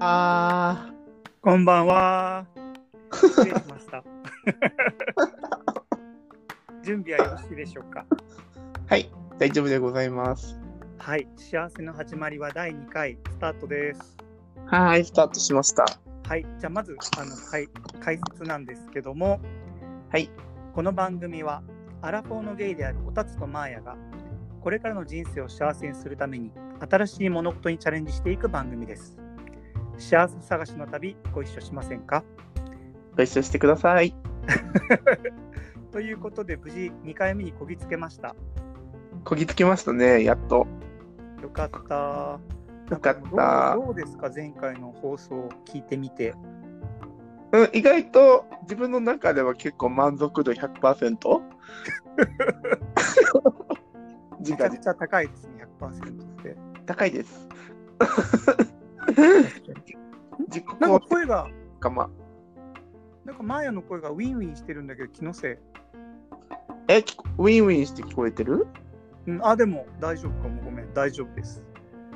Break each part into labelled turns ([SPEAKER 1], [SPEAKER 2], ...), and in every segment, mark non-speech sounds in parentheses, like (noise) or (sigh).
[SPEAKER 1] あ
[SPEAKER 2] こんばんは。失礼しま (laughs) した。準備はよろしいでしょうか。
[SPEAKER 1] はい、大丈夫でございます。
[SPEAKER 2] はい、幸せの始まりは第2回スタートです。
[SPEAKER 1] はい、スタートしました。
[SPEAKER 2] はい、じゃあまずあの解解説なんですけども、
[SPEAKER 1] はい、
[SPEAKER 2] この番組はアラフォーのゲイであるオタツとマーヤがこれからの人生を幸せにするために新しい物事にチャレンジしていく番組です。幸せ探しの旅ご一緒しませんか
[SPEAKER 1] ご一緒してください。
[SPEAKER 2] ということで無事2回目にこぎつけました。
[SPEAKER 1] こぎつけましたね、やっと。
[SPEAKER 2] よかった。
[SPEAKER 1] よかった
[SPEAKER 2] どうどうですか前回の放送を聞いてみて。
[SPEAKER 1] うん、意外と自分の中では結構満足度100%? (laughs) 時
[SPEAKER 2] めちゃ
[SPEAKER 1] 間
[SPEAKER 2] くちゃ高いですね、100%って。
[SPEAKER 1] 高い (laughs) です。自己
[SPEAKER 2] なん
[SPEAKER 1] 肯
[SPEAKER 2] か
[SPEAKER 1] 定
[SPEAKER 2] 声が、
[SPEAKER 1] 感ま。
[SPEAKER 2] なんかマーヤの声がウィンウィンしてるんだけど気のせい。
[SPEAKER 1] え、聞こウィンウィンして聞こえてる
[SPEAKER 2] うん、あ、でも大丈夫かも。ごめん、大丈夫です。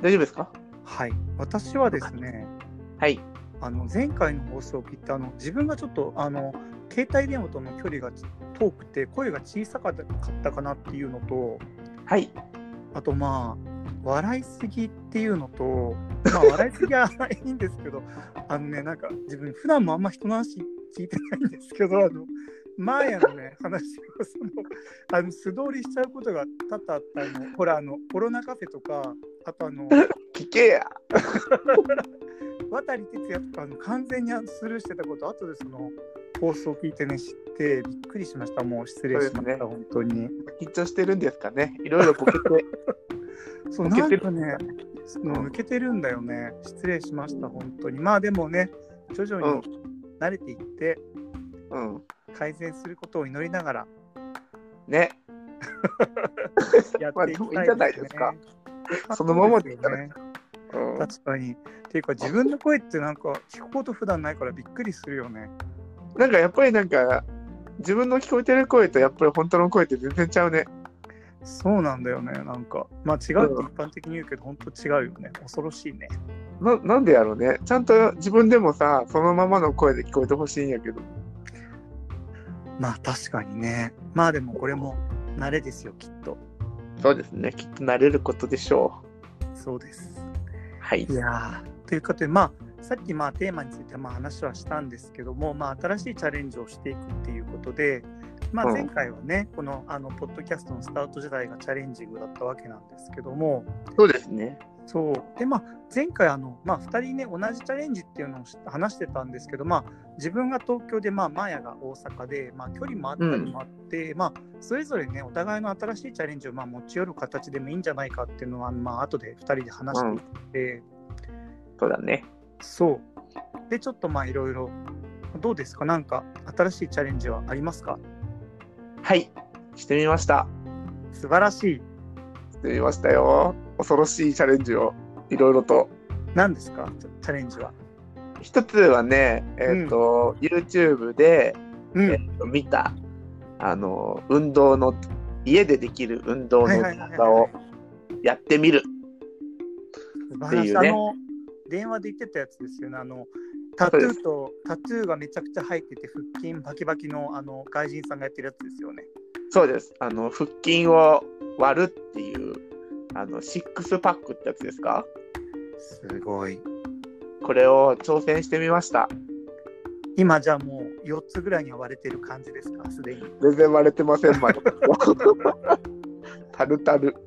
[SPEAKER 1] 大丈夫ですか
[SPEAKER 2] はい。私はですね、
[SPEAKER 1] はい。
[SPEAKER 2] あの前回の放送を聞いてあの自分がちょっとあの携帯電話との距離が遠くて声が小さかったかったかなっていうのと
[SPEAKER 1] はい。
[SPEAKER 2] あとまあ笑いすぎっていうのと、ま
[SPEAKER 1] (laughs)
[SPEAKER 2] あ、笑いすぎはいいんですけどあのねなんか自分普段もあんま人の話聞いてないんですけどあのマーヤのね話をそのあの素通りしちゃうことが多々あったあのほらあのコロナカフェとかあと
[SPEAKER 1] (laughs)
[SPEAKER 2] あの
[SPEAKER 1] 聞けや。
[SPEAKER 2] 渡哲也とかあの完全にあのスルーしてたこと後でその放送を聞いてね知ってびっくりしましたもう失礼し
[SPEAKER 1] そ
[SPEAKER 2] ま
[SPEAKER 1] う
[SPEAKER 2] し
[SPEAKER 1] です
[SPEAKER 2] た、
[SPEAKER 1] ね
[SPEAKER 2] 本当に。
[SPEAKER 1] 緊張してるんですかね。いろいろこけて。
[SPEAKER 2] そう
[SPEAKER 1] 抜
[SPEAKER 2] な
[SPEAKER 1] け
[SPEAKER 2] ん
[SPEAKER 1] てる
[SPEAKER 2] かね、その抜けてるんだよね。失礼しました、本当に。まあでもね、徐々に慣れていって、
[SPEAKER 1] うん。
[SPEAKER 2] 改善することを祈りながら
[SPEAKER 1] ね。
[SPEAKER 2] やっ
[SPEAKER 1] まあ
[SPEAKER 2] てい
[SPEAKER 1] で
[SPEAKER 2] き
[SPEAKER 1] も
[SPEAKER 2] たい
[SPEAKER 1] いいんじゃないですか
[SPEAKER 2] ね
[SPEAKER 1] そのままでいい
[SPEAKER 2] よ
[SPEAKER 1] んじゃな
[SPEAKER 2] ね。
[SPEAKER 1] うん、
[SPEAKER 2] 確かに。っていうか、自分の声ってなんか聞くこと普段ないからびっくりするよね。
[SPEAKER 1] なんかやっぱりなんか自分の聞こえてる声とやっぱり本当の声って全然ちゃうね。
[SPEAKER 2] そうなんだよね、なんか。まあ違うって一般的に言うけど、本当違うよね。恐ろしいね。
[SPEAKER 1] ななんでやろうね。ちゃんと自分でもさそのままの声で聞こえてほしいんやけど。
[SPEAKER 2] まあ確かにね。まあでもこれも慣れですよ、きっと。
[SPEAKER 1] そうですね。きっと慣れることでしょ
[SPEAKER 2] そうです。
[SPEAKER 1] う。はい
[SPEAKER 2] い。やーということで、まあ、さっきまあテーマについてまあ話はしたんですけども、まあ、新しいチャレンジをしていくっていうことで、まあ、
[SPEAKER 1] うん
[SPEAKER 2] 前回はね、このあのポッドキャストのスタート時代がチャレンジングだったわけなんですけども、
[SPEAKER 1] そうですね。
[SPEAKER 2] そうでまあ、前回あの、まあ、2人ね、同じチャレンジっていうのをし話してたんですけど、まあ、自分が東京で、まあ、マーヤが大阪で、まあ、距離もあったりもあって、まあ、それぞれね、お互いの新しいチャレンジを、まあ、持ち寄る形でもいいんじゃないかっていうのは、まあ後で2人で話していて。
[SPEAKER 1] そうだね。
[SPEAKER 2] そう。で、ちょっとまあいろいろ、どうですかなんか新しいチャレンジはありますか
[SPEAKER 1] はい。してみました。
[SPEAKER 2] 素晴らしい。
[SPEAKER 1] してみましたよ。恐ろしいチャレンジをいろいろと。
[SPEAKER 2] 何ですかチャレンジは。
[SPEAKER 1] 一つはね、えっ、と、YouTube で、
[SPEAKER 2] う
[SPEAKER 1] え
[SPEAKER 2] ん。
[SPEAKER 1] ーと見たあの運動の家でできる運動
[SPEAKER 2] は
[SPEAKER 1] の
[SPEAKER 2] いはいはいは
[SPEAKER 1] 動
[SPEAKER 2] い
[SPEAKER 1] 画をやってみる。
[SPEAKER 2] 素晴らし
[SPEAKER 1] ってい
[SPEAKER 2] い。
[SPEAKER 1] うね
[SPEAKER 2] あの、電話で言ってたやつですよね。あの、タトゥーと、タトゥーがめちゃくちゃ入ってて、腹筋バキバキのあの外人さんがやってるやつですよね。
[SPEAKER 1] そうです。あの腹筋を割るっていうあのシックスパックってやつですか？
[SPEAKER 2] すごい。
[SPEAKER 1] これを挑戦してみました。
[SPEAKER 2] 今じゃあもう4つぐらいには割れてる感じですかすでに。
[SPEAKER 1] 全然割れてません (laughs) まだ。タルタル。
[SPEAKER 2] てか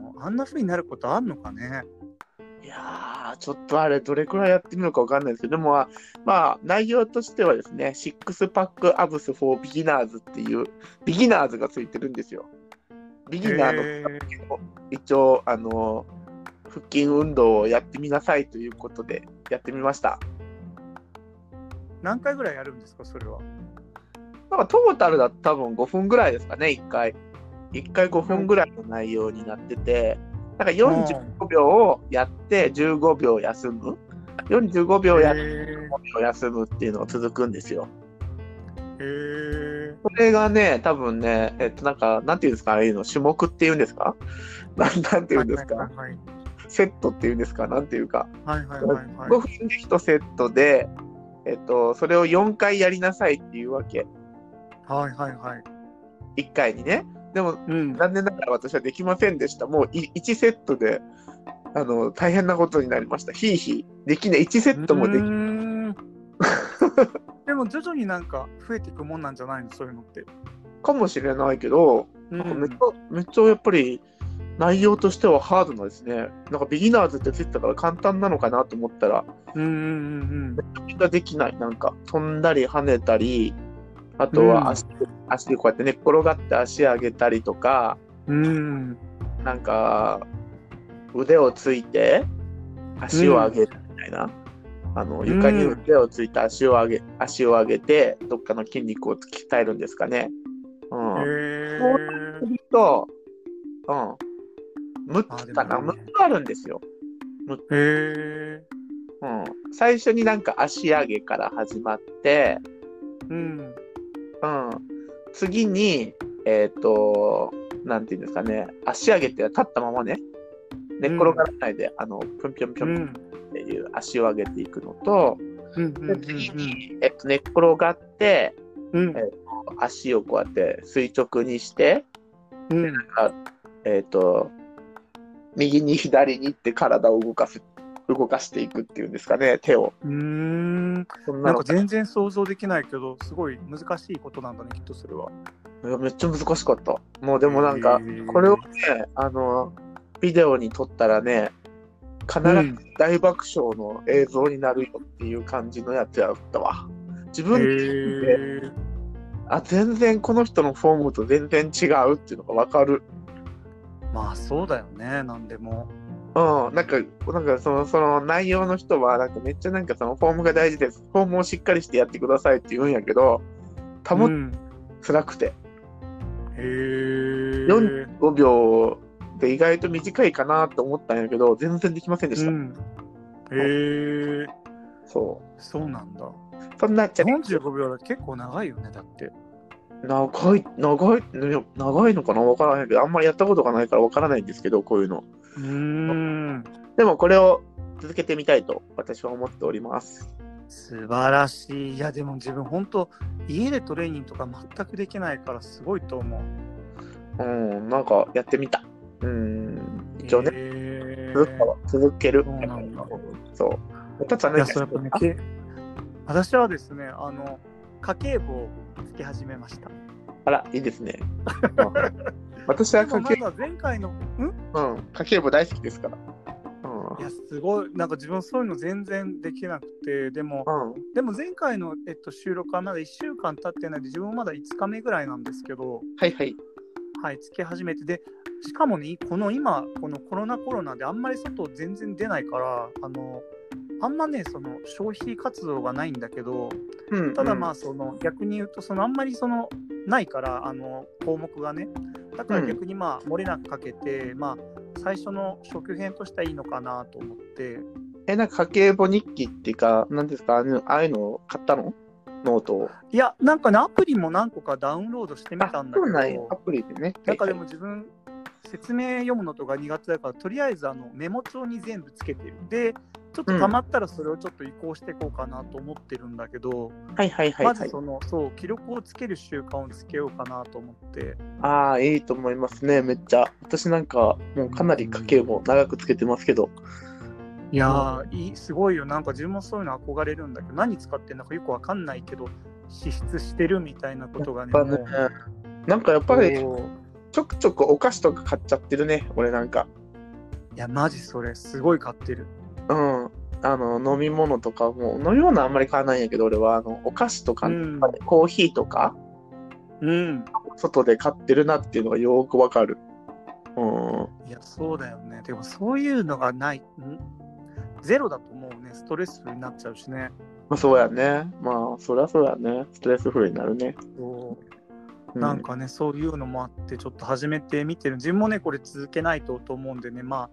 [SPEAKER 2] もうあんな風になることあんのかね
[SPEAKER 1] いやーちょっとあれどれくらいやってみるのかわかんないですけどでもまあまあ内容としてはですねシックスパックアブスフォービギナーズっていうビギナーズがついてるんですよビギナーの
[SPEAKER 2] へー
[SPEAKER 1] 一応あの腹筋運動をやってみなさいということでやってみました
[SPEAKER 2] 何回ぐらいやるんですかそれは。
[SPEAKER 1] なんかトータルだと多分5分ぐらいですかね1回1回5分ぐらいの内容になっててなんか45秒をやって15秒休む45秒やっ
[SPEAKER 2] へー
[SPEAKER 1] を休むっていうのが続くんですよ。
[SPEAKER 2] へえ。
[SPEAKER 1] これがね、多分ね、えっと、なんか、なんていうんですか、ああいうの、種目っていうんですかなんなんていうんですか、
[SPEAKER 2] はいはいはい
[SPEAKER 1] セットっていうんですか、なんていうか、
[SPEAKER 2] はいはいはいはい。
[SPEAKER 1] 5分で1セットで、えっと、それを4回やりなさいっていうわけ、
[SPEAKER 2] はいはいはい。
[SPEAKER 1] 1回にね。でも、
[SPEAKER 2] うん。
[SPEAKER 1] 残念ながら私はできませんでした。もうい1セットであの大変なことになりました。ひいひい。できない。1セットもでき
[SPEAKER 2] うー
[SPEAKER 1] ない。
[SPEAKER 2] んでも徐々になんか増えていくもんなんじゃないのそういうのって。
[SPEAKER 1] かもしれないけど、
[SPEAKER 2] う
[SPEAKER 1] なんか
[SPEAKER 2] ん
[SPEAKER 1] めっちゃ、めっちゃやっぱり内容としてはハードなんですね。なんかビギナーズってついてたから簡単なのかなと思ったら、
[SPEAKER 2] うんうん
[SPEAKER 1] みんなできない。なんか飛んだり跳ねたり、あと
[SPEAKER 2] うん
[SPEAKER 1] は足,、足でこうやって寝っ転がって足上げたりとか、
[SPEAKER 2] うんうん。うん。
[SPEAKER 1] なんか腕をついて足を上げるみたいな、あの床に腕をついて足を上げ足を上げてどっかの筋肉を鍛えるんですかね。うん、
[SPEAKER 2] へ
[SPEAKER 1] こ
[SPEAKER 2] ー
[SPEAKER 1] と、うん、6
[SPEAKER 2] あ
[SPEAKER 1] つ
[SPEAKER 2] でも
[SPEAKER 1] かな、
[SPEAKER 2] ね
[SPEAKER 1] 6つあるんですよ、
[SPEAKER 2] へ
[SPEAKER 1] うん。最初になんか足上げから始まって、
[SPEAKER 2] ーうん。
[SPEAKER 1] うん、次に、えっ、と、なんていうんですかね、足上げって立ったままね、寝っ転がらないで、あの、ぴょんぴょんぴ
[SPEAKER 2] う
[SPEAKER 1] ょん
[SPEAKER 2] ん。
[SPEAKER 1] っていう足を上げていくのと、
[SPEAKER 2] うんうん
[SPEAKER 1] で次に、えっと、寝っ転がって、
[SPEAKER 2] うんうん
[SPEAKER 1] 足をこうやって垂直にして、
[SPEAKER 2] うん
[SPEAKER 1] えっと、右に左にって体を動かす、動かしていくっていうんですかね、手を。
[SPEAKER 2] うーん
[SPEAKER 1] そんな
[SPEAKER 2] なん
[SPEAKER 1] の
[SPEAKER 2] か全然想像できないけどすごい難しいことなんだねきっとそれは。
[SPEAKER 1] いやめっちゃ難しかった。もうでもなんか
[SPEAKER 2] へ、ー
[SPEAKER 1] これをね、あの、ビデオに撮ったらね、必ず大爆笑の映像になるよっていう感じのやつやったわ。自
[SPEAKER 2] へ
[SPEAKER 1] 分で
[SPEAKER 2] ー
[SPEAKER 1] あ全然この人のフォームと全然違うっていうのが分かる。
[SPEAKER 2] まあそうだよねなんでも。
[SPEAKER 1] うん、なんか、なんかそのその内容の人は、なんかめっちゃなんかそのフォームが大事です。フォームをしっかりしてやってくださいって言うんやけど、保
[SPEAKER 2] う
[SPEAKER 1] つ
[SPEAKER 2] ん
[SPEAKER 1] 辛くて、
[SPEAKER 2] へー
[SPEAKER 1] 405秒で意外と短いかなと思ったんやけど、全然できませんでした。
[SPEAKER 2] うんへえ
[SPEAKER 1] そ
[SPEAKER 2] そうなんだ。
[SPEAKER 1] う。そんなっちゃね、
[SPEAKER 2] 45秒だって結構長いよねだって。
[SPEAKER 1] 長い、長い、長いのかな分からないけど、あんまりやったことがないから分からないんですけど、こういうの。
[SPEAKER 2] うーん
[SPEAKER 1] でもこれを続けてみたいと私は思っております。
[SPEAKER 2] 素晴らしい。いやでも自分本当家でトレーニングとか全くできないからすごいと思う。
[SPEAKER 1] うん、なんかやってみた。うん、一応ね、
[SPEAKER 2] へー
[SPEAKER 1] 続くかは続ける
[SPEAKER 2] そうなんだ。
[SPEAKER 1] そう。たつは何
[SPEAKER 2] いや、
[SPEAKER 1] か
[SPEAKER 2] そうやっぱね
[SPEAKER 1] あ、
[SPEAKER 2] け私はですね、あの、家計簿をつけ始めました。
[SPEAKER 1] あら、いいです
[SPEAKER 2] (laughs)
[SPEAKER 1] ね。うん私は
[SPEAKER 2] でも
[SPEAKER 1] 家
[SPEAKER 2] ま
[SPEAKER 1] 計
[SPEAKER 2] だ前回の、ん
[SPEAKER 1] うん、家計簿大好きですから。
[SPEAKER 2] いや、すごい、なんか自分そういうの全然できなくて、でも、
[SPEAKER 1] うん。うん。
[SPEAKER 2] でも前回の、えっと、収録はまだ1週間経ってないで、自分はまだ5日目ぐらいなんですけど、
[SPEAKER 1] はいはい。
[SPEAKER 2] はい、つけ始めて、で、しかもね、この今、このコロナコロナであんまり外全然出ないから、あの、あんまね、その消費活動がないんだけど、
[SPEAKER 1] うん、
[SPEAKER 2] ただま
[SPEAKER 1] あ、
[SPEAKER 2] あその逆に言うとそのあんまりそのないからあの項目がねだから逆にまあ漏れなくかけて、まあ最初の初級編としてはいいのかなと思って
[SPEAKER 1] え、なんか家計簿日記っていうか、なんですか、あのああいうのを買ったのノートを。
[SPEAKER 2] いやなんかねアプリも何個かダウンロードしてみ
[SPEAKER 1] あ、
[SPEAKER 2] たんだ
[SPEAKER 1] そうなん
[SPEAKER 2] け
[SPEAKER 1] や
[SPEAKER 2] ど
[SPEAKER 1] アプリでね。
[SPEAKER 2] なんかで
[SPEAKER 1] も、
[SPEAKER 2] も自分説明読むのとか苦手だからとりあえずあのメモ帳に全部つけてるでちょっとたまったらそれをちょっと移行していこうかなと思ってるんだけど、
[SPEAKER 1] はいはいはい、は
[SPEAKER 2] ま
[SPEAKER 1] い。
[SPEAKER 2] ずそのそう記録をつける習慣をつけようかなと思って
[SPEAKER 1] ああ、いいと思いますね、めっちゃ。私なんか、もうかなり家計簿長くつけてますけど。
[SPEAKER 2] いやーいいすごいよなんか自分もそういうの憧れるんだけど何使ってんのかよくわかんないけど支出してるみたいなことがね
[SPEAKER 1] やっぱ
[SPEAKER 2] も
[SPEAKER 1] ね
[SPEAKER 2] う、
[SPEAKER 1] なんかやっぱり
[SPEAKER 2] こ
[SPEAKER 1] ちょくちょくお菓子とか買っちゃってるね、俺なんか。
[SPEAKER 2] ういやマジそれすごい買ってる
[SPEAKER 1] うん。あの、飲み物とかも、飲み物あんまり買わないんやけど、俺は、あの、お菓子とか、
[SPEAKER 2] うん
[SPEAKER 1] コーヒーとか、
[SPEAKER 2] うん
[SPEAKER 1] 外で買ってるなっていうのがよーくわかる。うん。
[SPEAKER 2] いやそうだよねでもそういうのがないんゼロだともうねストレスになっちゃうしね
[SPEAKER 1] まあ、そうやね。まあ、そりゃそうやね。ストレスフルになるね。
[SPEAKER 2] そう
[SPEAKER 1] う
[SPEAKER 2] なん。かね、そういうのもあってちょっと始めてみてる自分もねこれ続けないとと思うんでねまあ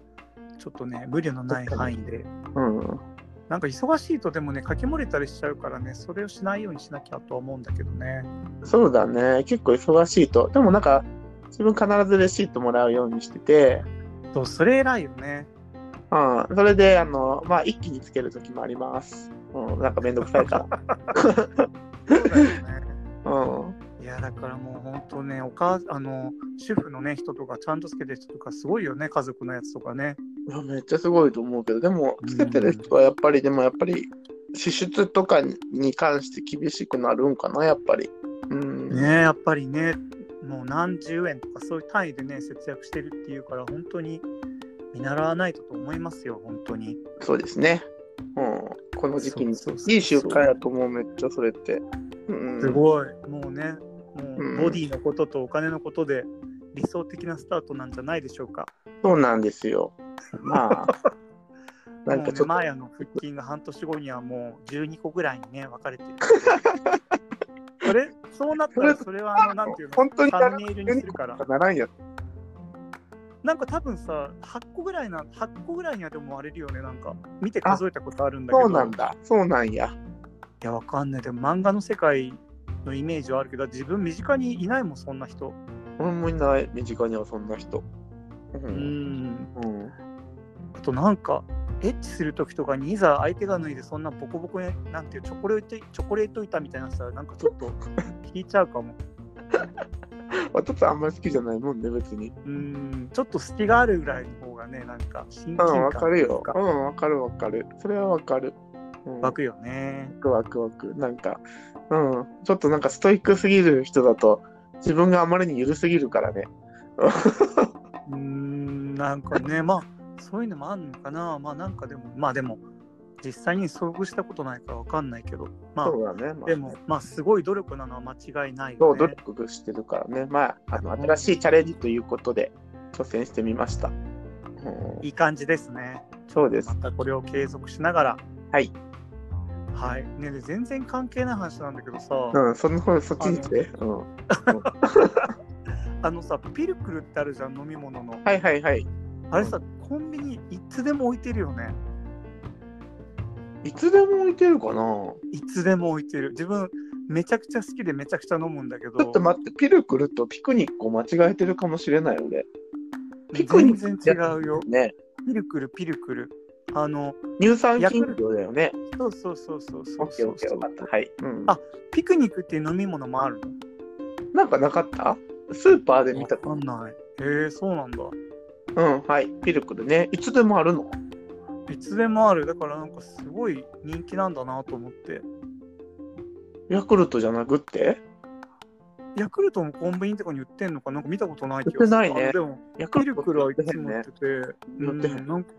[SPEAKER 2] ちょっとね無理のない範囲で
[SPEAKER 1] うん。
[SPEAKER 2] なんか忙しいとでもね、書き漏れたりしちゃうからね、それをしないようにしなきゃとは思うんだけどね。
[SPEAKER 1] そうだね。結構忙しいと。でもなんか、自分必ずレシートもらうようにしてて、
[SPEAKER 2] そう、それ偉いよね。
[SPEAKER 1] うん、それで、あの、まあ、一気につけるときもあります。うん、なんかめんどくさい
[SPEAKER 2] (laughs)
[SPEAKER 1] から。
[SPEAKER 2] そうだよね。
[SPEAKER 1] (laughs) うん。
[SPEAKER 2] いやだからもう本当ねお母あの主婦のね人とかちゃんとつけてる人とかすごいよね家族のやつとかね
[SPEAKER 1] いやめっちゃすごいと思うけど、でも、つけてる人はやっぱり、でもやっぱり、支出とかにに関して厳しくなるんかな、やっぱり。うん。
[SPEAKER 2] ねやっぱりねもう何十円とかそういう単位でね節約してるっていうから本当に見習わないとと思いますよ本当に
[SPEAKER 1] そうですね。うん。この時期に
[SPEAKER 2] そうそうそう
[SPEAKER 1] いい習慣やと思う、めっちゃそれって。うん。
[SPEAKER 2] すごいもうねも
[SPEAKER 1] うん
[SPEAKER 2] うボディのこととお金のことで理想的なスタートなんじゃないでしょうか
[SPEAKER 1] そうなんですよ。
[SPEAKER 2] (laughs)
[SPEAKER 1] まあ。なん
[SPEAKER 2] も
[SPEAKER 1] かちょっ
[SPEAKER 2] うね
[SPEAKER 1] と、
[SPEAKER 2] マーヤの腹筋が半年後にはもう12個ぐらいにね分かれ
[SPEAKER 1] (laughs)
[SPEAKER 2] てるそれそうなったらそれはあのなんていうの
[SPEAKER 1] 本当にな
[SPEAKER 2] サ
[SPEAKER 1] ら
[SPEAKER 2] ムネイルにするから
[SPEAKER 1] ならんやつ。
[SPEAKER 2] なんか多分さ8個ぐらいな8個ぐらいにはでも割れるよねなんか見て数えたことあるんだけ
[SPEAKER 1] そ
[SPEAKER 2] ど
[SPEAKER 1] うなんだ。そうなんや。
[SPEAKER 2] いやわかんないでも漫画の世界のイメージはあるけど自分身近にいないもんそんな人
[SPEAKER 1] 俺もいない、身近にはそんな人。う。
[SPEAKER 2] うんん
[SPEAKER 1] うん、
[SPEAKER 2] あとなんかエッチする時とかにいざ相手が脱いでそんなボコボコになんていうチョコレートチョコレート板みたいなしたらなんかちょ
[SPEAKER 1] (laughs)
[SPEAKER 2] っと引いちゃうかも
[SPEAKER 1] おとつあんまり好きじゃないもんね、別に。
[SPEAKER 2] うんちょっと隙があるぐらいの方がねなんか親近
[SPEAKER 1] う
[SPEAKER 2] 感
[SPEAKER 1] ん、わかるよ
[SPEAKER 2] と。
[SPEAKER 1] う
[SPEAKER 2] か
[SPEAKER 1] ん、わかるわかる。それはわかる。うん、
[SPEAKER 2] 湧
[SPEAKER 1] ワ
[SPEAKER 2] くよね
[SPEAKER 1] クワクワク。なんか、うん、ちょっとなんかストイックすぎる人だと、自分があまりに緩すぎるからね。
[SPEAKER 2] うーんなんかね、まあ、そういうのもあるのかな、まあ、なんかでも、まあでも、実際に遭遇したことないからわかんないけど、ま
[SPEAKER 1] そう
[SPEAKER 2] あ、
[SPEAKER 1] だね。まあ、
[SPEAKER 2] でも、まあ、すごい努力なのは間違いない
[SPEAKER 1] そ
[SPEAKER 2] よ
[SPEAKER 1] う、努
[SPEAKER 2] ね。
[SPEAKER 1] 力してるからね。まあ、あの、新しいチャレンジということで、挑戦してみました。うん、
[SPEAKER 2] いい感じですね。
[SPEAKER 1] そうです
[SPEAKER 2] ま。たこれを継続しながら。
[SPEAKER 1] はい。
[SPEAKER 2] はい。ねで、全然関係ない話なんだけどさ、
[SPEAKER 1] うん、その方、そっちに来て。うん。
[SPEAKER 2] あのさ、ピルクルってあるじゃん、飲み物の。
[SPEAKER 1] はいはいはい。
[SPEAKER 2] あれさ、コンビニいつでも置いてるよね。
[SPEAKER 1] いつでも置いてるかない
[SPEAKER 2] つでも置いてる。自分、めちゃくちゃ好きでめちゃくちゃ飲むんだけど。
[SPEAKER 1] ちょっと待って、ピルクルとピクニックを間違えてるかもしれない俺。ピクニック
[SPEAKER 2] 全然違うよ。
[SPEAKER 1] ね、
[SPEAKER 2] ピルクルピルクル。あの、
[SPEAKER 1] 乳酸菌量だよね。
[SPEAKER 2] そうそうそうそうそ
[SPEAKER 1] オ
[SPEAKER 2] う
[SPEAKER 1] ッケー
[SPEAKER 2] そ
[SPEAKER 1] オ
[SPEAKER 2] う
[SPEAKER 1] ッケー、わかった。はい。うん、
[SPEAKER 2] あピクニックっていう飲み物もあるの
[SPEAKER 1] なんかなかったスーパーで見た
[SPEAKER 2] わかんない。へえ、そうなんだ。
[SPEAKER 1] うん、はい。ピルクルね。いつでもあるの
[SPEAKER 2] いつでもある。だからなんかすごい人気なんだなと思って。
[SPEAKER 1] ヤクルトじゃなくって
[SPEAKER 2] ヤクルトもコンビニとかに売ってんのかなんか見たことないけ
[SPEAKER 1] 売
[SPEAKER 2] ど。
[SPEAKER 1] ってないね
[SPEAKER 2] あでも、
[SPEAKER 1] ヤ
[SPEAKER 2] ピルクルはい
[SPEAKER 1] 売って
[SPEAKER 2] つ
[SPEAKER 1] へん
[SPEAKER 2] も売っ
[SPEAKER 1] ね
[SPEAKER 2] てて。う
[SPEAKER 1] 売ってへん
[SPEAKER 2] ん、なんか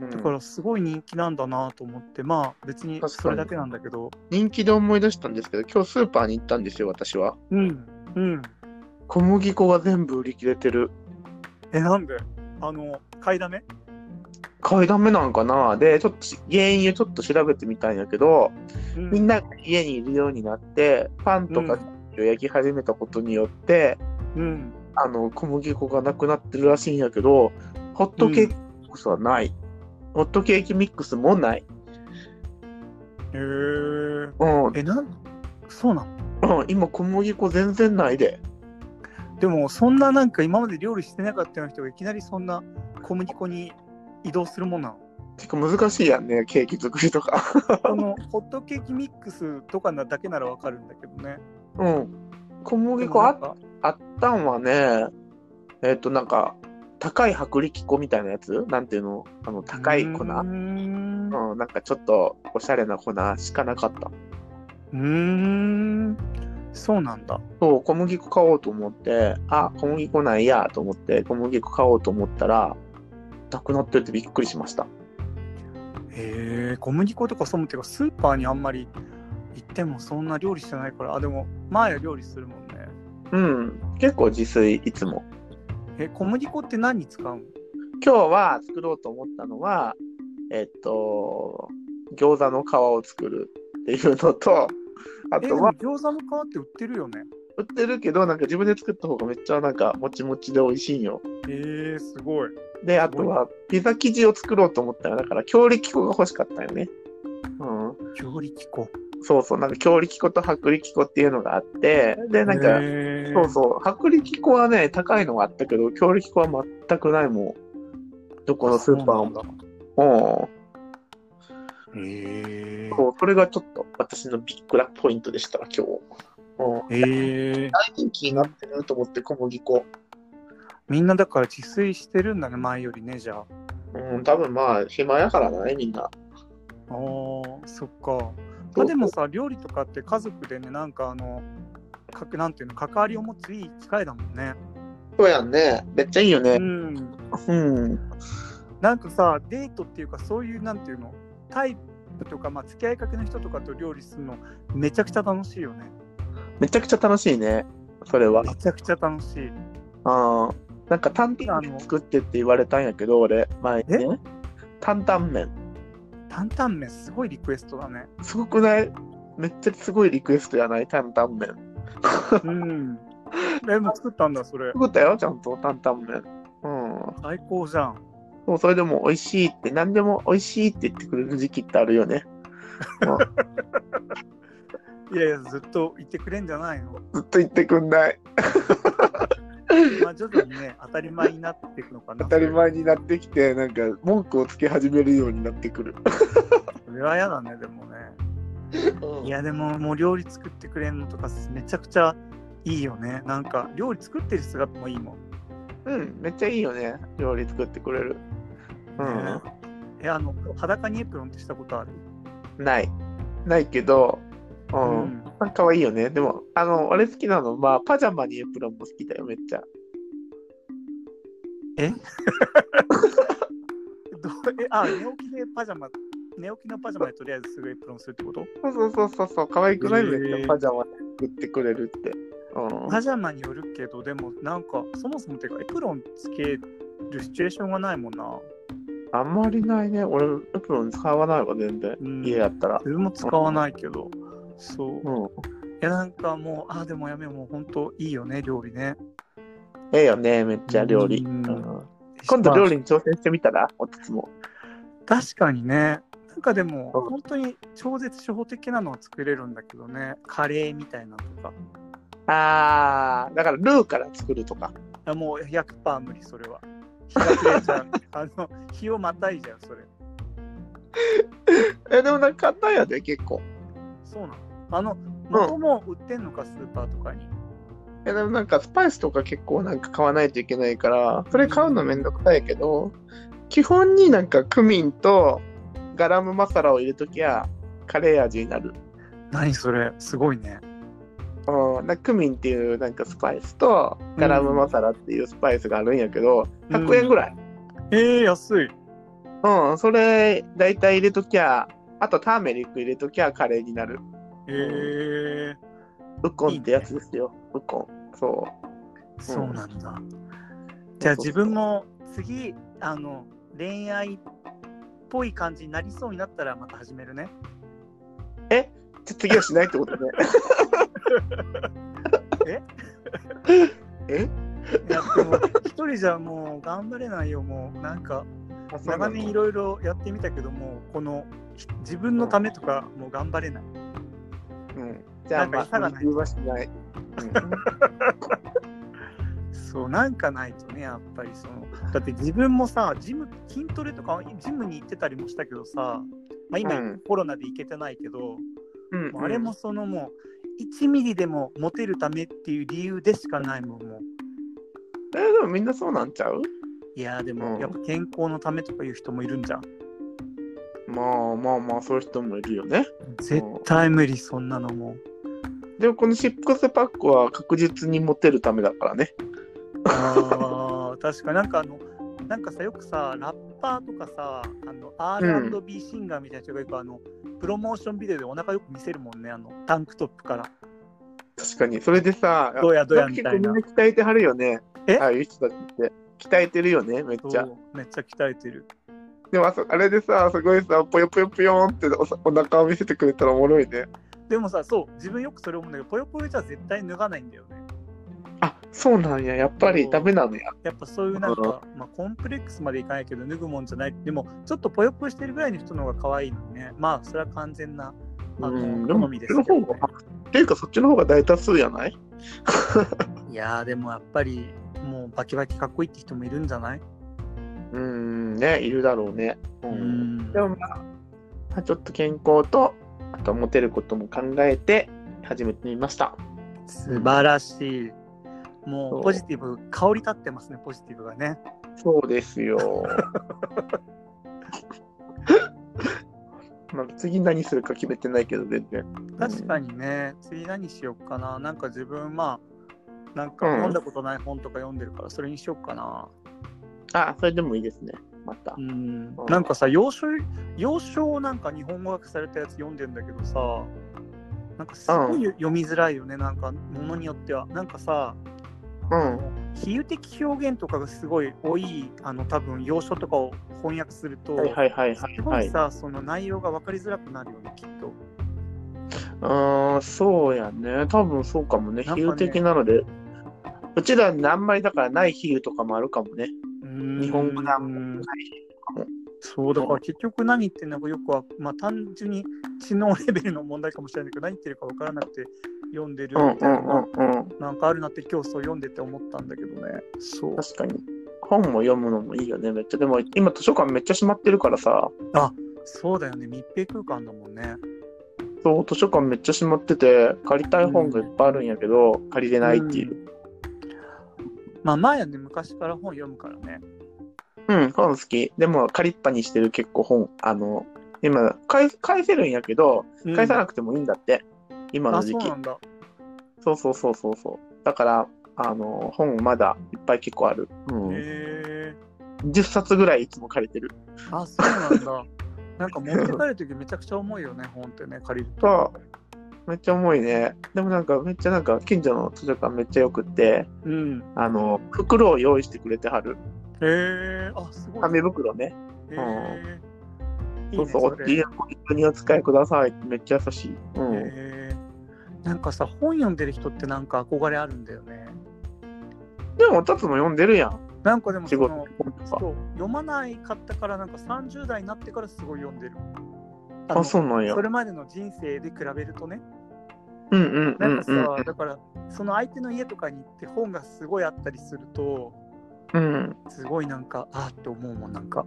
[SPEAKER 1] うん
[SPEAKER 2] だからすごい人気なんだなと思って。まあ別に
[SPEAKER 1] 確かに
[SPEAKER 2] それだけなんだけど。
[SPEAKER 1] 人気で思い出したんですけど、今日スーパーに行ったんですよ、私は。
[SPEAKER 2] うん。うん。
[SPEAKER 1] 小麦粉が全部売り切れてる。
[SPEAKER 2] え、なんであの、買いだめ
[SPEAKER 1] 買いだめなんかなで、ちょっと原因をちょっと調べてみたんやけど、みんなが家にいるようになって、パンとかを焼き始めたことによって、
[SPEAKER 2] うん。
[SPEAKER 1] あの、小麦粉がなくなってるらしいんやけど、ホットケーキミックスはない。ホットケーキミックスもない。
[SPEAKER 2] へえ。
[SPEAKER 1] うん。うん
[SPEAKER 2] え、なんそうなの
[SPEAKER 1] 今、小麦粉全然ないで。
[SPEAKER 2] でもそんななんか今まで料理してなかったような人がいきなりそんな小麦粉に移動するもんなの
[SPEAKER 1] てか難しいやんね、ケーキ作りとか。 (laughs)
[SPEAKER 2] このホットケーキミックスとかなだけならわかるんだけどね
[SPEAKER 1] うん。小麦
[SPEAKER 2] でも
[SPEAKER 1] 粉
[SPEAKER 2] な
[SPEAKER 1] あ
[SPEAKER 2] んか
[SPEAKER 1] あったんはね、えっ、と、なんか、高い薄力粉みたいなやつなんていうのあの、高いう粉
[SPEAKER 2] ー
[SPEAKER 1] うん、
[SPEAKER 2] うん
[SPEAKER 1] なんかちょっとおしゃれな粉しかなかった。
[SPEAKER 2] ーんそうなんだ
[SPEAKER 1] そう、小麦粉買おうと思って、あ、小麦粉ないやと思って、小麦粉買おうと思ったら、なくなっててびっくりしました。
[SPEAKER 2] へえ小麦粉とかそもっていうかスーパーにあんまり行ってもそんな料理してないからあでも前は料理するもんね
[SPEAKER 1] うん、結構自炊、いつも。
[SPEAKER 2] え小麦粉って何に使うの
[SPEAKER 1] 今日は作ろうと思ったのは、えっと、餃子の皮を作るっていうのと、あ
[SPEAKER 2] え
[SPEAKER 1] と
[SPEAKER 2] で
[SPEAKER 1] は
[SPEAKER 2] も、餃子の皮って売ってるよね
[SPEAKER 1] 売ってるけど、なんか自分で作った方がめっちゃなんか、もちもちで美味しいんよ。
[SPEAKER 2] へえすごい
[SPEAKER 1] で、あとは、ピザ生地を作ろうと思ったら、だから、強力粉が欲しかったよね。うん。
[SPEAKER 2] 強力粉
[SPEAKER 1] そうそう、なんか強力粉と薄力粉っていうのがあって、で、なんか、
[SPEAKER 2] へえ
[SPEAKER 1] そうそう、薄力粉はね、高いのがあったけど、強力粉は全くないもどこのスーパーも。
[SPEAKER 2] そうなんだ
[SPEAKER 1] うん。
[SPEAKER 2] へえ。
[SPEAKER 1] そうそれがちょっと私のビッグラポイントでした、今日。うん。
[SPEAKER 2] へえ。
[SPEAKER 1] 大人気になってると思って、小麦粉。
[SPEAKER 2] みんなだから自炊してるんだね、前よりね、じゃあ。
[SPEAKER 1] うん、多分まあ、暇やからね、みんな。
[SPEAKER 2] あーそっか。まあ、でもさ、料理とかって家族でね、なんかあの、かくなんていうの、関わりを持ついい機会だもんね。
[SPEAKER 1] そうやんね。めっちゃいいよ
[SPEAKER 2] う
[SPEAKER 1] ね。
[SPEAKER 2] ん。
[SPEAKER 1] うん。
[SPEAKER 2] なんかさ、デートっていうか、そういうなんていうの、タイプとか、まあ、付き合いかけの人とかと料理するの、めちゃくちゃ楽しいよね。
[SPEAKER 1] めちゃくちゃ楽しいね。それは。
[SPEAKER 2] めちゃくちゃ楽しい。
[SPEAKER 1] あなんか担々麺作ってって言われたんやけど、俺、前にね。担々麺。
[SPEAKER 2] 担々麺、すごいリクエストだね。
[SPEAKER 1] すごくないめっちゃすごいリクエストやない担々麺。
[SPEAKER 2] うん。 (laughs) レム作ったんだ、それ。
[SPEAKER 1] 作ったよ、ちゃんと担々麺。うん。
[SPEAKER 2] 最高じゃん。
[SPEAKER 1] そう、それでも美味しいって、何でも美味しいって言ってくれる時期ってあるよね。
[SPEAKER 2] いやいや、ずっと言ってくれんじゃないの。
[SPEAKER 1] ずっと言ってくんない。
[SPEAKER 2] まあ、徐々にね、当たり前になっていくのかな。
[SPEAKER 1] 当たり前になってきて、なんか文句をつけ始めるようになってくる。
[SPEAKER 2] それは嫌だね、でもね。いや、でも、もう料理作ってくれんのとか、めちゃくちゃいいよね。なんか、料理作ってる姿もいいもん。
[SPEAKER 1] うん、めっちゃいいよね。料理作ってくれる。うん。
[SPEAKER 2] え、あの、裸にエプロンってしたことある。
[SPEAKER 1] ない。ないけど、う。
[SPEAKER 2] うん
[SPEAKER 1] なんかわいいよね。でも、あの、俺好きなの、まあ、パジャマにエプロンも好きだよ、めっちゃ。
[SPEAKER 2] どうえあ、寝起きでパジャマ、寝起きのパジャマでとりあえずすぐエプロンするってこと
[SPEAKER 1] そうそうそうそうそう、可愛くない
[SPEAKER 2] へー
[SPEAKER 1] めっちゃパジャマ作ってくれるって。うん。
[SPEAKER 2] パジャマによるけど、でも、なんか、そもそもてか、エプロンつけるシチュエーションがないもんな。
[SPEAKER 1] あんまりないね。俺、エプロン使わないわ、全然。
[SPEAKER 2] うん
[SPEAKER 1] 家やったら。
[SPEAKER 2] 自分も使わないけど。そう。い
[SPEAKER 1] うん。
[SPEAKER 2] や、なんかもう、あ、でもやめよう、もう本当いいよね、料理ね。
[SPEAKER 1] ええよね、めっちゃ料理。
[SPEAKER 2] うん
[SPEAKER 1] うん今度料理に挑戦してみたら、おつつも。
[SPEAKER 2] 確かにねなんかでも
[SPEAKER 1] うん
[SPEAKER 2] 本当に超絶初歩的なのは作れるんだけどねカレーみたいなのとか
[SPEAKER 1] あー、だからルーから作るとか。
[SPEAKER 2] あもう100%無理それは日が暮れちゃう (laughs) あの日をまたいじゃうそれ
[SPEAKER 1] え、でもなんか簡単やで、結構。
[SPEAKER 2] そうなのあの元も売ってんのかスーパーとかに
[SPEAKER 1] え、でもなんかスパイスとか結構なんか買わないといけないから、それ買うのめんどくさいけど、基本になんかクミンとガラムマサラを入れときゃ、カレー味になる。
[SPEAKER 2] 何それすごいね
[SPEAKER 1] うん、なんかクミンっていうなんかスパイスとガラムマサラっていうスパイスがあるんやけど、
[SPEAKER 2] うん
[SPEAKER 1] 100円ぐらい。
[SPEAKER 2] えー、安い
[SPEAKER 1] うん、それ大体入れときゃ、あとターメリック入れときゃカレーになる。
[SPEAKER 2] えー、
[SPEAKER 1] ウコンってやつですよ、ウコン。そう。
[SPEAKER 2] そうなんだ、じゃあ自分も次あの恋愛っぽい感じになりそうになったらまた始めるね
[SPEAKER 1] じゃ次はしないってこと (laughs) ね。
[SPEAKER 2] え
[SPEAKER 1] (laughs) え
[SPEAKER 2] いやでも一人じゃもう頑張れないよもうなんか
[SPEAKER 1] あそうな
[SPEAKER 2] 長
[SPEAKER 1] の
[SPEAKER 2] 年いろいろやってみたけどもうこのひ自分のためとかもう頑張れない
[SPEAKER 1] うん。じゃあ、ま
[SPEAKER 2] なんか餌が
[SPEAKER 1] あ、
[SPEAKER 2] ない
[SPEAKER 1] 理由はしない。うん
[SPEAKER 2] そうなんかないとねやっぱりそのだって自分もさジム筋トレとかジムに行ってたりもしたけどさ、まあ、今、
[SPEAKER 1] うん
[SPEAKER 2] コロナで行けてないけど、
[SPEAKER 1] うん
[SPEAKER 2] もうあれもそのもう1ミリでもモテるためっていう理由でしかないもんもう
[SPEAKER 1] えでもみんなそうなんちゃう
[SPEAKER 2] いやーで
[SPEAKER 1] う
[SPEAKER 2] も
[SPEAKER 1] ん
[SPEAKER 2] やっぱ健康のためとかいう人もいるんじゃん
[SPEAKER 1] まあまあまあ、そういう人もいるよね。
[SPEAKER 2] 絶対無理そんなのもう
[SPEAKER 1] でもこのシックスパックは確実にモテるためだからね。
[SPEAKER 2] あー確かになんかあのなんかさよくさラッパーとかさあの R&B シンガーみたいな人がよくあの、プロモーションビデオでお腹よく見せるもんねあのタンクトップから
[SPEAKER 1] 確かに。それでさ、
[SPEAKER 2] どうやどうや
[SPEAKER 1] なん
[SPEAKER 2] み
[SPEAKER 1] か
[SPEAKER 2] た
[SPEAKER 1] 結構
[SPEAKER 2] い
[SPEAKER 1] みん
[SPEAKER 2] な
[SPEAKER 1] な鍛えてはるよね。
[SPEAKER 2] え
[SPEAKER 1] ああいう人たちって。鍛えてるよね、めっちゃ。
[SPEAKER 2] そうめっちゃ鍛えてる
[SPEAKER 1] でもあそあれでさ、すごいさ、ぽよぽよぽよんっておさお腹を見せてくれたらおもろいね。
[SPEAKER 2] でもさそう自分よくそれ思うんだけどぽよぽよじゃ絶対脱がないんだよね
[SPEAKER 1] あ、そうなんや。やっぱりダメなのや。
[SPEAKER 2] やっぱそういうなん
[SPEAKER 1] なる
[SPEAKER 2] か、まあ、コンプレックスまでいかないけど脱ぐもんじゃないでもちょっとぽよぽよしてるぐらいの人の方が可愛いのにねまあそれは完全なあの
[SPEAKER 1] うん、で
[SPEAKER 2] 好
[SPEAKER 1] も、
[SPEAKER 2] みで
[SPEAKER 1] そ
[SPEAKER 2] す
[SPEAKER 1] っち
[SPEAKER 2] け
[SPEAKER 1] の
[SPEAKER 2] ど、ね
[SPEAKER 1] 方、が、っていうかそっちの方が大多数やない
[SPEAKER 2] いやーでもやっぱりもうバキバキかっこいいって人もいるんじゃない
[SPEAKER 1] うーん、ね、いるだろうね。う。
[SPEAKER 2] うんん
[SPEAKER 1] でもまあまあ、ちょっと健康と、あとモテることも考えて始めてみました。
[SPEAKER 2] 素晴らしい。も
[SPEAKER 1] そう
[SPEAKER 2] うポジティブ、香り立ってますね、ポジティブがね。
[SPEAKER 1] そうです (laughs) よ。まあ次何するか決めてないけど全然。
[SPEAKER 2] 確かにね、次何しよっかな。なんか自分、まあ、なんか
[SPEAKER 1] うん
[SPEAKER 2] 読んだことない本とか読んでるから、それにしよっかな。
[SPEAKER 1] あ、それでもいいですね。また
[SPEAKER 2] う。ん。なんかさ、洋書、洋書をなんか日本語訳されたやつ読んでんだけどさ、なんかすごい読みづらいよね、なんか、ものによっては。なんかさ、
[SPEAKER 1] うん。
[SPEAKER 2] 比喩的表現とかがすごい多い、あの、多分、洋書とかを翻訳すると、
[SPEAKER 1] はいはいはいは
[SPEAKER 2] す
[SPEAKER 1] い、
[SPEAKER 2] ご
[SPEAKER 1] はい
[SPEAKER 2] い。さ、その内容が分かりづらくなるよね、きっと。
[SPEAKER 1] うーん、そうやね。多分そうかもね。比
[SPEAKER 2] なんかね
[SPEAKER 1] 喩的なので。うちらにあんまりだからない比喩とかもあるかもね。
[SPEAKER 2] 日
[SPEAKER 1] 日本語だもん。
[SPEAKER 2] そうだから結局何言ってんのかよくは、まあ、単純に知能レベルの問題かもしれないけど何言ってるか分からなくて読んでる
[SPEAKER 1] うん
[SPEAKER 2] み
[SPEAKER 1] う
[SPEAKER 2] たい
[SPEAKER 1] ん
[SPEAKER 2] な
[SPEAKER 1] うんうん。
[SPEAKER 2] なんかあるなって今日そう読んでて思ったんだけどねそう
[SPEAKER 1] 確かに。本も読むのもいいよね。めっちゃ。でも今図書館めっちゃ閉まってるからさ。
[SPEAKER 2] そうだよね密閉空間だもんね
[SPEAKER 1] そう、図書館めっちゃ閉まってて、借りたい本がいっぱいあるんやけど、借りれないっていう。
[SPEAKER 2] まあ前はね昔から本読むからね
[SPEAKER 1] うん、本好き。でも、借りっぱにしてる結構本、あの、今、返返せるんやけど、返さな
[SPEAKER 2] く
[SPEAKER 1] くてもいいんだって、今の時
[SPEAKER 2] あ
[SPEAKER 1] 期
[SPEAKER 2] そうなんだ
[SPEAKER 1] そうそうそうそうそう。だから、あの、本まだいっぱい結構ある。うん。
[SPEAKER 2] へえ
[SPEAKER 1] 10冊ぐらいいつも借りてる。
[SPEAKER 2] あそうなんだなんか持って帰る時めちゃくちゃ重いよね本ってね借りると
[SPEAKER 1] そう。めっちゃ重いね。でもなんか、めっちゃなんか、近所の図書館めっちゃよくって、
[SPEAKER 2] うん
[SPEAKER 1] あの、袋を用意してくれてはる。
[SPEAKER 2] へえあすごい
[SPEAKER 1] 紙袋ね。
[SPEAKER 2] へ
[SPEAKER 1] ん
[SPEAKER 2] えいい
[SPEAKER 1] そう
[SPEAKER 2] ね
[SPEAKER 1] そう、お
[SPEAKER 2] れ
[SPEAKER 1] 自由にお国を使いくださいってめっちゃ優しい。うん。
[SPEAKER 2] へーなんかさ本読んでる人ってなんか憧れあるんだよね
[SPEAKER 1] でも、タツも読んでるやん。
[SPEAKER 2] なんかでも
[SPEAKER 1] 仕
[SPEAKER 2] そ
[SPEAKER 1] 事の
[SPEAKER 2] の
[SPEAKER 1] 本とか。
[SPEAKER 2] そう読まないかったからなんか30代になってからすごい読んでるあ
[SPEAKER 1] あ、
[SPEAKER 2] の
[SPEAKER 1] そうなんや。
[SPEAKER 2] それまでの人生で比べるとね
[SPEAKER 1] うんうんう
[SPEAKER 2] なん
[SPEAKER 1] ん
[SPEAKER 2] かさ、
[SPEAKER 1] うん。
[SPEAKER 2] だからその相手の家とかに行って本がすごいあったりすると
[SPEAKER 1] うん。
[SPEAKER 2] すごいなんかあーって思うもんなんか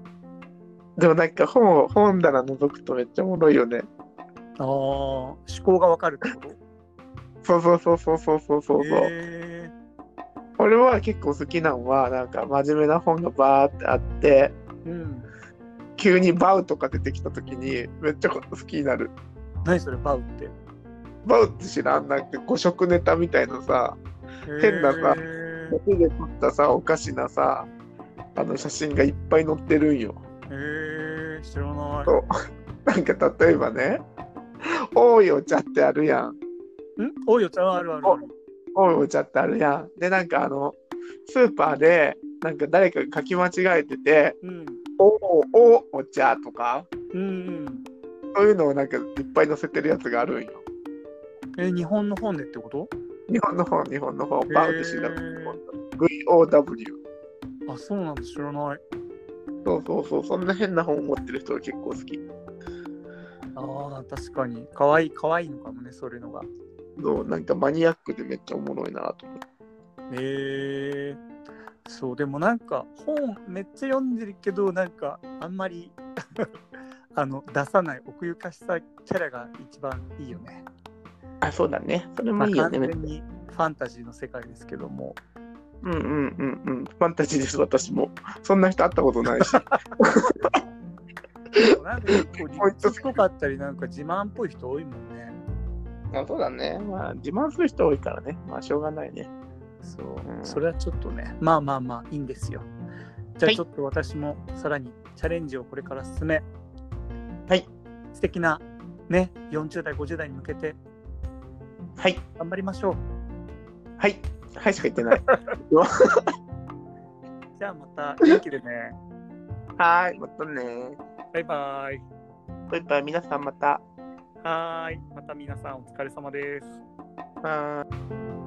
[SPEAKER 1] でもなんか本を、本棚覗くとめっちゃおもろいよね。
[SPEAKER 2] あー思考がわかるってこと
[SPEAKER 1] そうそうそうそうそうそうそう。う
[SPEAKER 2] へ
[SPEAKER 1] 俺は結構好きなのは、なんか真面目な本がバーってあって、
[SPEAKER 2] ーうん
[SPEAKER 1] 急にバウとか出てきた時にめっちゃ好きになる。
[SPEAKER 2] 何それバウって
[SPEAKER 1] バウって知らんなんか誤色ネタみたいなさ、変なさ
[SPEAKER 2] へー
[SPEAKER 1] 手で撮ったさ、おかしなさ、あの写真がいっぱい載ってるんよ。
[SPEAKER 2] へー知らない
[SPEAKER 1] そう (laughs) なんか例えばね、多いお茶ってあるやん。
[SPEAKER 2] んおいお茶あるあるある。
[SPEAKER 1] 多いお茶ってあるやん。で、なんかあの、スーパーで、なんか誰かが書き間違えてて、
[SPEAKER 2] うん。
[SPEAKER 1] おおおお茶とか、
[SPEAKER 2] うんうん。
[SPEAKER 1] そういうのをなんかいっぱい載せてるやつがあるんよ。
[SPEAKER 2] え、日本の本でってこと
[SPEAKER 1] 日本の方、日本の方、バウって調べて
[SPEAKER 2] へー
[SPEAKER 1] VOW。
[SPEAKER 2] あ、そうなんだ、知らない。
[SPEAKER 1] そうそうそう、そんな変な本持ってる人が結構好き。
[SPEAKER 2] ああ、確かに。かわいい、かわいいのかもね、そういうのが。
[SPEAKER 1] そうなんかマニアックでめっちゃおもろいなと思って。
[SPEAKER 2] へえ。そう、でもなんか、本めっちゃ読んでるけど、なんか、あんまり、 (laughs) あの、出さない、奥ゆかしさキャラが一番いいよね。
[SPEAKER 1] あ、そうだね。それ
[SPEAKER 2] ま
[SPEAKER 1] も
[SPEAKER 2] あ、
[SPEAKER 1] いいよ
[SPEAKER 2] 完
[SPEAKER 1] ね。
[SPEAKER 2] 全にファンタジーの世界ですけども。
[SPEAKER 1] うんうんうんうん。ファンタジーです、私も。 (laughs) そんな人会ったことないし。 (laughs)
[SPEAKER 2] でもなんか結構、理屈っぽかったり、なんか自慢っぽい人多いもんね。
[SPEAKER 1] あそうだね。まあ、自慢する人多いからね。まあ、しょうがないね。
[SPEAKER 2] そう、
[SPEAKER 1] うん
[SPEAKER 2] それはちょっとね、まあまあまあいいんですよ。じゃ
[SPEAKER 1] は
[SPEAKER 2] あ
[SPEAKER 1] い
[SPEAKER 2] ちょっと私もさらにチャレンジをこれから進め、
[SPEAKER 1] はい。
[SPEAKER 2] 素敵なね、40代、50代に向けて
[SPEAKER 1] はい。
[SPEAKER 2] 頑張りましょう。
[SPEAKER 1] はい。はいしか言ってない。
[SPEAKER 2] じゃあまた元気でね。
[SPEAKER 1] (laughs) はーい。またね。
[SPEAKER 2] バイバイ。
[SPEAKER 1] バイバイ。皆さんまた。
[SPEAKER 2] はーい。また皆さんお疲れ様です。
[SPEAKER 1] はーい。